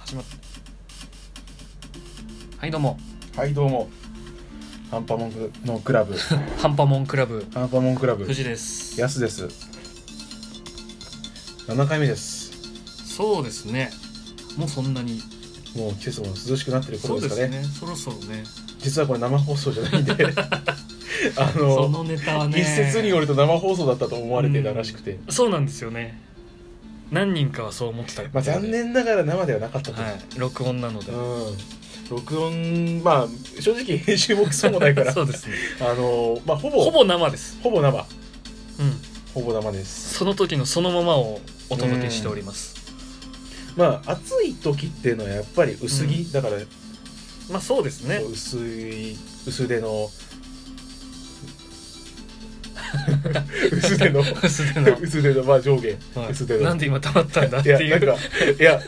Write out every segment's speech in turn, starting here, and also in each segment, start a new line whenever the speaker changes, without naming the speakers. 始まっ
はいどうも
はいどうもハンパモンクのクラブ
ハンパモンクラブ
ハンパモンクラブ
藤です
ヤスです7回目です
そうですねもうそんなに
もう季節も涼しくなってる
そ
頃
う
で
です
か
す
ね
ねそろそろね
実はこれ生放送じゃない んであ
そ
の
のネタはね
一説によると生放送だったと思われてたらしくて、
そうなんですよね何人かはそう思ってた
まあ残念ながら生ではなかったと、
はい録音なので
うん録音まあ正直編集もクソもない から
そうですね
あのまあほぼ
ほぼ生です
ほぼ生
うん
ほぼ生です
その時のそのままをお届けしております
まあ暑い時っていうのはやっぱり薄着、
う
だから
まあそうですね
こう薄い薄手 の薄手の
薄手の
薄手のまあ上下、
はい
薄手の
なんで今溜まったんだっ
い
て
や
い
なん
う
かいや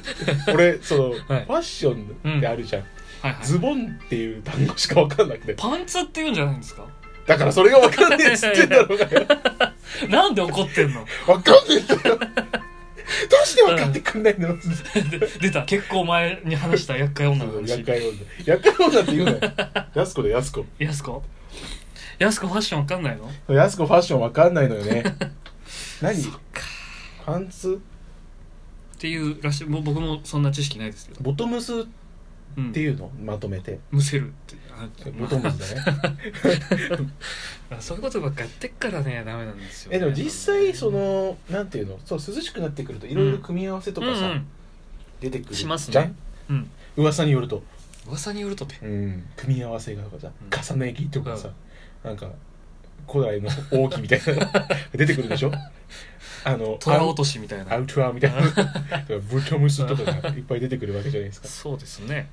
俺その、
はい
ファッションってあるじゃん、
はいはい
ズボンっていう単語しか分かんなくて
パンツって言うんじゃないんですか
だからそれが分かんねえっつってんだろうがよ
なんで怒ってんの
分かんねえんだよどうして分かってくんないの
で出た結構前に話した厄介女の話
厄介女厄介女って言うなよやす子だよやす子
やすこやすこファッションわかんないの
やす子ファッションわかんないの よね何パンツ
っていうらしいもう僕もそんな知識ないですけど、
ボトムスっ
うん、
ていうのまとめて
むせるってあ
ボトムスだね
あそういうことばっかやってっからねダメなんですよね、
えでも実際そのなんていうのそう涼しくなってくるといろいろ組み合わせとかさ、
うんうん
出てくる
しますね
じゃん
うん、
噂によると、
噂によるとね
組み合わせがとかさ
う
重ね着とかさ、なんか古代の王妃みたいなの が出てくるでしょあの
虎落としみたい
ア
な
ウトア みたいなボトムスとかがいっぱい出てくるわけじゃないですか
そうですね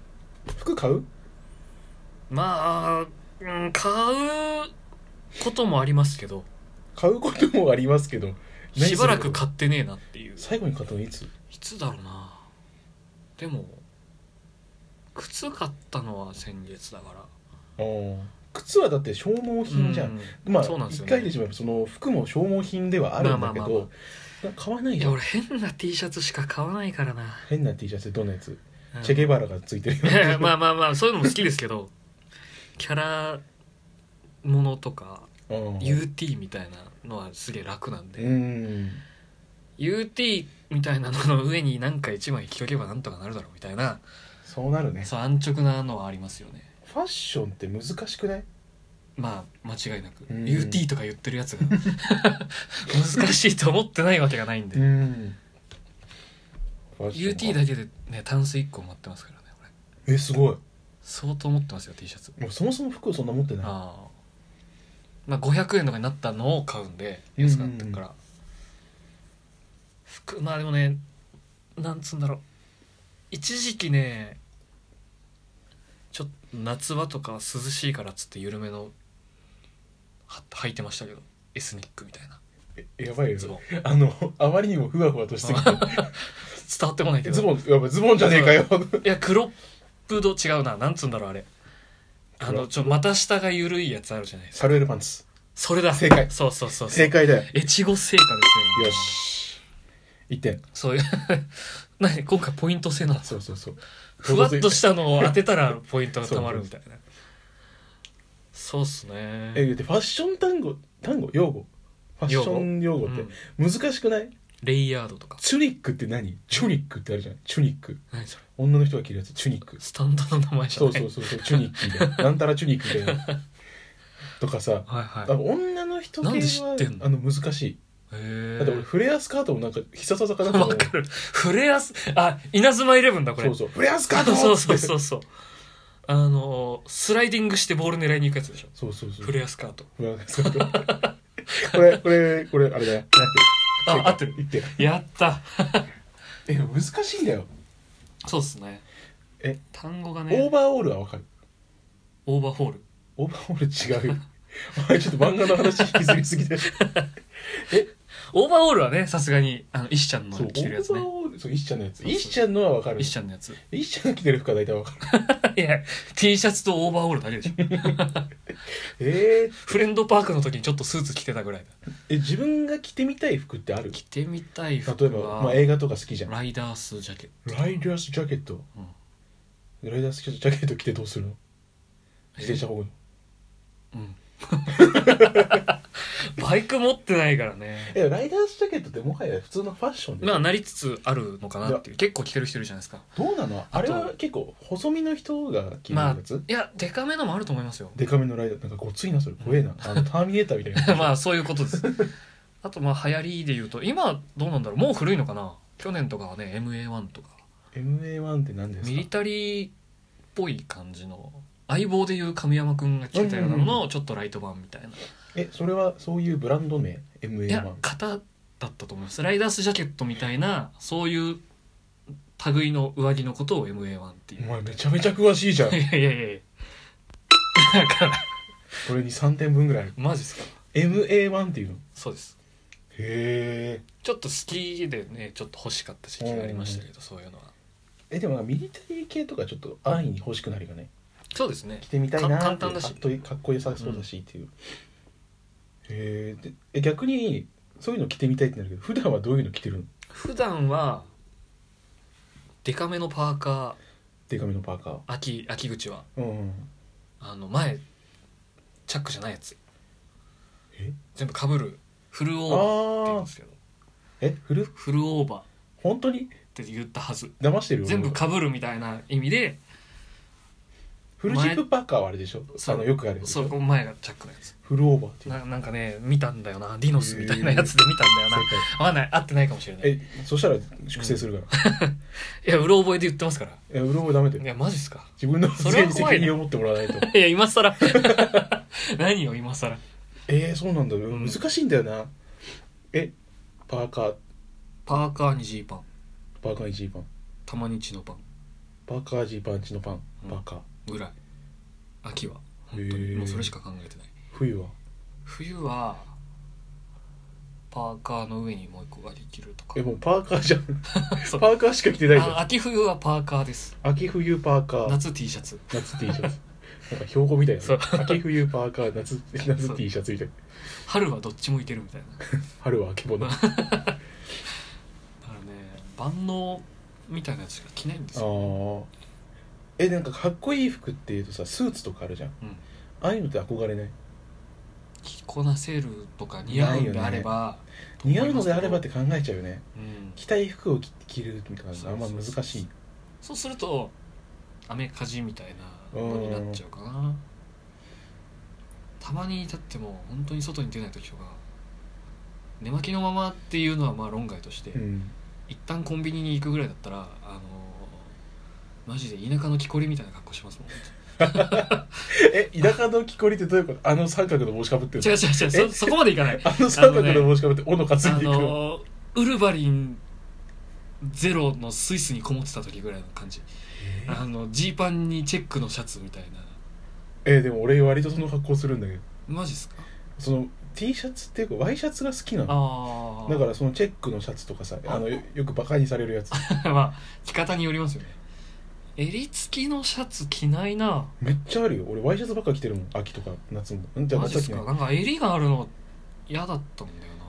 服買う
まあ、うん、買うこともありますけど
買うこともありますけど何
しばらく
それ
買ってねえなっていう
最後に買ったのいつ
いつだろうなでも靴買ったのは先月だから
靴はだって消耗品じゃん、
う
まあ
そうなんです
一
よ
回で
ね
しまえばその服も消耗品ではあるんだけ
ま
ど、
あまあまあ
な買わない
い
じゃ
や
ん
俺変な T シャツしか買わないからな、
変な T シャツどんなやつ、
うん
チェゲバラがついてる
まあまあまあそういうのも好きですけどキャラものとか
あ、うん、
UT みたいなのはすげえ楽なん
う
で、
ん
UT みたいなのの上に何か一枚着とけばなんとかなるだろうみたいな
そうなるね
そう安直なのはありますよね
ファッションって難しくない
まあ間違いなく、
うん
UT とか言ってるや つが難しいと思ってないわけがないんで、
ん
UT だけでねタンス1個持ってますからね俺
えすごい
相当持ってますよ T シャツ
もうそもそも服をそんな持ってない
ああまあ500円とかになったのを買うんで
うん
安くなってるから、服まあでもねなんつうんだろう一時期ねちょっと夏場とか涼しいからっつって緩めのは履いてましたけどエスニックみたいな
えやばいよ
ズボン
あのあまりにもふわふわとしすぎて
伝わってこないけど
ズボンやばいズボンじゃねえかよ
いやクロップド違うななんつうんだろうあれあのちょ股下が緩いやつあるじゃないですか
サルエルパンツ
それだ
正解
そうそうそうそう
正解だよ
越後製菓ですよ
よし1点
そういう 何今回ポイント制なの
そうそうそう
ふわっとしたのを当てた らポイントがたまるみたいなそうっすね
えだってファッション単語単語用語ファッション用語って
うん
難しくない
レイヤードとか
チュニックって何チュニックってあるじゃんチュニック
何それ
女の人が着るやつチュニック
スタンドの名前じゃ
そ
な
う
い
そうそうそうチュニックみたいななんたらチュニックみたいなとかさ
はいはい
多分女の人系
なんで知ってん
は
の
あの難しい
へ
だって俺
え
フレアスカートもなんか必殺技かなと思
わ
う
かるフレアスあ稲妻イレブンだこれ
そうそうフレアスカート
そうそう
う
そうそうあのスライディングしてボール狙いに行くやつでしょ
そうそうそう
フレアスカート
フレアスカートこれこれこれあれだよ
あ合ってる
言って
やった
え難しいんだよ
そうっすね
え
単語が
オ
ね
ーバーオールはわかる
オーバーホール
オーバーオール違うよお前ちょっと漫画の話引きずりすぎだよ
オーバーオールはねさすがにあの石ちゃんの
そうオ
着てるや
ー
つ
バー
ね
オールそう石ちゃんのやつ
そうそう
石ちゃんのはわかる
石ちゃんのやつい
石ちゃんの着てる服は大体わか る
や T シャツとオーバーオールだけでし ょ
えー
フレンドパークの時にちょっとスーツ着てたぐらいだ
え自分が着てみたい服ってある
着てみたい服
例えば、
は
まあ、映画とか好きじゃん
ライダースジャケット
ライダースジャケット、ライダースジャケット着てどうするの自転車こぐの
うん、 バイク持ってないからね
えライダースジャケットってもはや普通のファッションで、
まあなりつつあるのかなっていう結構着てる人いるじゃないですか
どうなのあれは結構細身の人が着るやつ、
いやデカめのもあると思いますよ
デカめのライダーなんかごついなそれ怖 えなあのターミネーターみたい な
まあそういうことですあとまあ流行りで言うと今どうなんだろうもう古いのかな去年とかはね MA1 とか
MA1 って何です
ミ
か
リタリーっぽい感じの相棒でいう神山くんが着てたようなの
うんうん
のちょっとライト版みたいな、
えそれはそういうブランド名
いや
MA1
型だったと思いますライダースジャケットみたいなそういう類の上着のことを MA1 っていう
お前めちゃめちゃ詳しいじゃ ん
いやいやいやいやだから
これに3点分ぐらいある
マジっすか
MA1 っていうの
そうです
へー
ちょっと好きでねちょっと欲しかった時期がありましたけどそういうのは
えでもなんかミリタリー系とかちょっと安易に欲しくなるよね
そうですね
着てみたいなーっ
か
て
簡単だし
かっこいいかっこよさそうだしっていう、へーでえ逆にそういうの着てみたいってなるけど普段はどういうの着てるの
普段はデカめのパーカ
デカめのパーカー
ー秋秋口は
うんうん
あの前チャックじゃないやつ
え
全部かぶるフルオーバーって言うん
ああ
ですけど
えフル
フルオーバーっ
本当に
て言ったはず
騙してるよ
全部かぶるみたいな意味で
フルジップパーカーはあれでしょ
そう
あのよくあるやつでし
そ
ょ
こ前がチャックのやつ
フルオーバーっていう
ななんかね見たんだよなディノスみたいなやつで見たんだよな
正
わ
解
かんない合ってないかもしれないい
えそしたら粛清するから、
やうろ覚えで言ってますから
えうろ覚えダメだ
い
よ
やマジっすか
自分の
それ
性
は
に
怖い
責
ね
任を持ってもらわない と
いや今更何を今更
えー、そうなんだ
ん
難しいんだよなえパーカー
パーカーにジーパン
パーカーにジーパン
たまにチノパン
パーカージーパンチのパン
うん
パーカー
ぐらい秋は本
へ
当に
え
もうそれしか考えてない
冬は
冬はパーカーの上にもう一個ができるとか
えもうパーカーじゃん
そう
パーカーしか着てないじゃ
あ秋冬はパーカーです
ん秋冬パーカー
夏 T シャツ
夏 T シャツなんか標語みたいな
そう
秋冬パーカー夏
そ
夏
う
T シャツみたいな
春はどっちもいけるみたいなだか
春はあけぼのあ
らね万能みたいなやつしか着ないんですよ、
ーえなんかかっこいい服っていうとさスーツとかあるじゃん
うん、
ああいうのって憧れない
着こなせるとか似合うんであれば、
似合うのであればって考えちゃうよね
うん、
着たい服を着着るみたいなのがあんま
そう
難
そうそう
しい
そうするとアメカジみたいなのになっちゃうかなたまにだってもう本当に外に出ない時とか寝巻きのままっていうのはまあ論外として、
うん
一旦コンビニに行くぐらいだったらあのーマジで田舎の木こりみたいな格好し ますもん
え田舎の木こりってどういうことあの三角の帽子かぶってる
違う違う違うそそこまでいか ない
あの三角の帽子かぶって斧
あ
担いでいくの
のーウルヴァリンゼロのスイスにこもってた時ぐらいの感じ
えー
あのジーパンにチェックのシャツみたいな
えーでも俺割とその格好するんだけど
マジっすか
その T シャツっていうかワイシャツが好きなの
ああ
だからそのチェックのシャツとかさあのよよくバカにされるやつ
まあ着方によりますよね襟付きのシャツ着ないな
めっちゃあるよ俺ワイシャツばっか着てるもん秋とか夏もんじゃあ
マジっ
夏
す
着な
か
い
なんか襟があるの嫌だったんだよな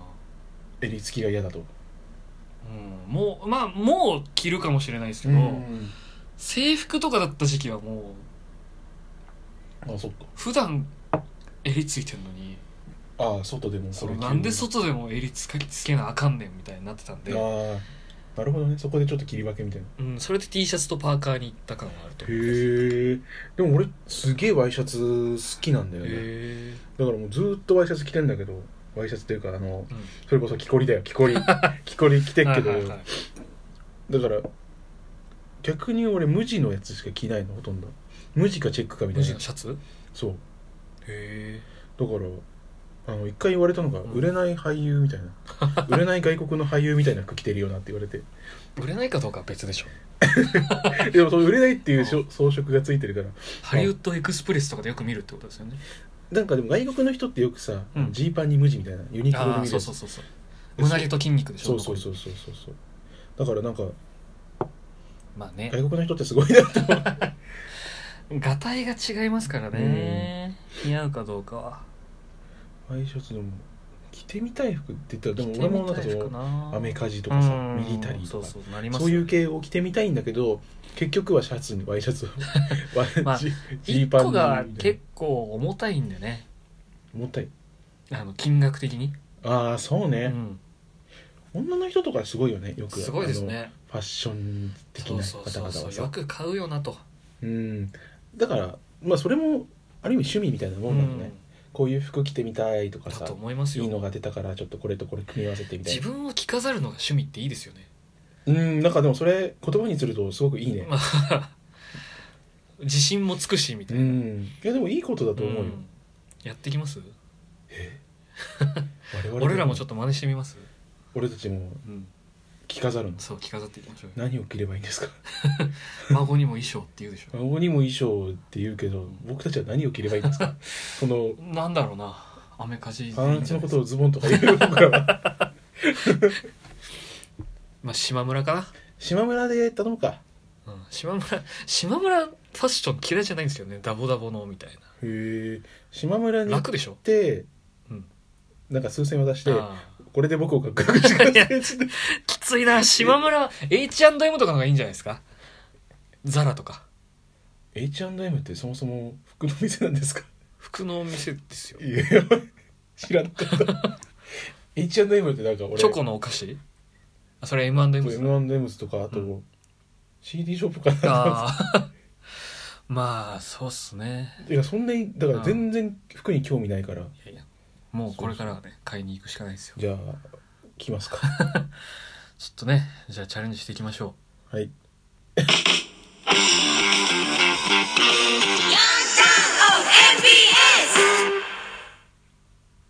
襟付きが嫌だと
うんもうまあもう着るかもしれないですけど、
うん
制服とかだった時期はも
あそっか
う普段襟ついてんのに
ああ外でも
そ
これ
の
着る
なんで外でも襟つかつけなあかんねんみたいになってたんで、
ああなるほどねそこでちょっと切り分けみたいな
うん、それで T シャツとパーカーに行った感はあると思います
へえでも俺すげえワイシャツ好きなんだよね
へ
だからもうずーっとワイシャツ着てんだけどワイシャツっていうかあの
え、うん、
それこそ木こりだよ木 こり木こり着てっけど
はいはいはい
だから逆に俺無地のやつしか着ないのほとんど無地かチェックかみた
無
い
地
な
のシャツへ
そう
え
だからあの一回言われたのが、売れない俳優みたい な売れない外国の俳優みたいな服着てるよなって言われて
売れないかどうかは別でしょ
でもその売れないっていうしょ装飾がついてるから
ハリウッドエクスプレスとかでよく見るってことですよね
なんかでも外国の人ってよくさ
うん
ジー、パンに無地みたいなユニクロで
ああ
見
そ
る
うそうそうそう胸毛と筋肉でし
そ
ょ
うそう
う
そうそうそうそうだからなんか
まあね
外国の人ってすごいなって思う
がたいが違いますからね似合うかどうかは
ワイシャツでも着てみたい服って言ったらで
着て
も俺も
み
なん
た
か
い
そ
服
の
な
アメカジとかさ
うん
ミリタリー
そ
と
う
か
そうなります
そういう系を着てみたいんだけど結局はシャツにワイシャツワイ
まあ
ジジ
一
ーパン
個
に
が
みたいな
結構重たいんでね
重たい
あの金額的に、
ああそう
う
ね、
ん、
女の人とかすごいよねよく
すごいですね
あのファッション的
そ
な
うそう
方
そ
々
う
は
そう
さ
よく買うよなと、
うんだからまあそれもある意味趣味みたいなもんだよね、こういう服着てみたいとか
だ
さ
と思いますよ
いいのが出たからちょっとこれとこれ組み合わせてみたい
自
な
分を着飾るのが趣味っていいですよね
うんなんかでもそれ言葉にするとすごくいいね
まあ自信もつくしみた
う
いな、
んいやでもいいことだと思うよ、
うんやってきます
我々
俺らもちょ
っと
っと真似してみます、
俺たちも
うん、
着飾るの
そう着飾っていきましょうよ
何を着ればいいんですか
孫にも衣装って言うでしょ
孫にも衣装って言うけど僕たちは何を着ればいいんで すかその
なんだろうなアメカジでいいんじゃ
パ
ない
ン
ですか
ツのことをズボンとか言う僕らは
まあ島村か
島村で頼むか
な、うん、島村島村ファッション嫌いじゃないんですよねダボダボのみたい
へえ島村
な
に行っ
楽でしょ
て、
うん
なんか数千渡して
ああ
これで僕を獲得してください っつって
きついな島村 H&M とかの方がいいんじゃないですかザラとか
H&M ってそもそも服の店な んですか
服のお店ですよ
いや知らんかった H&M ってなんか俺
チョコのお菓子あそれ M&M ですね
M&M とかあと、
う
CD ショップかな
ああ まあそうっすね
いやそんなにだから全然服に興味ないから
いやいやもうこれからはね買いに行くしかないですよ
じゃあ着ますか
ちょっとねじゃあチャレンジしていきましょう
はい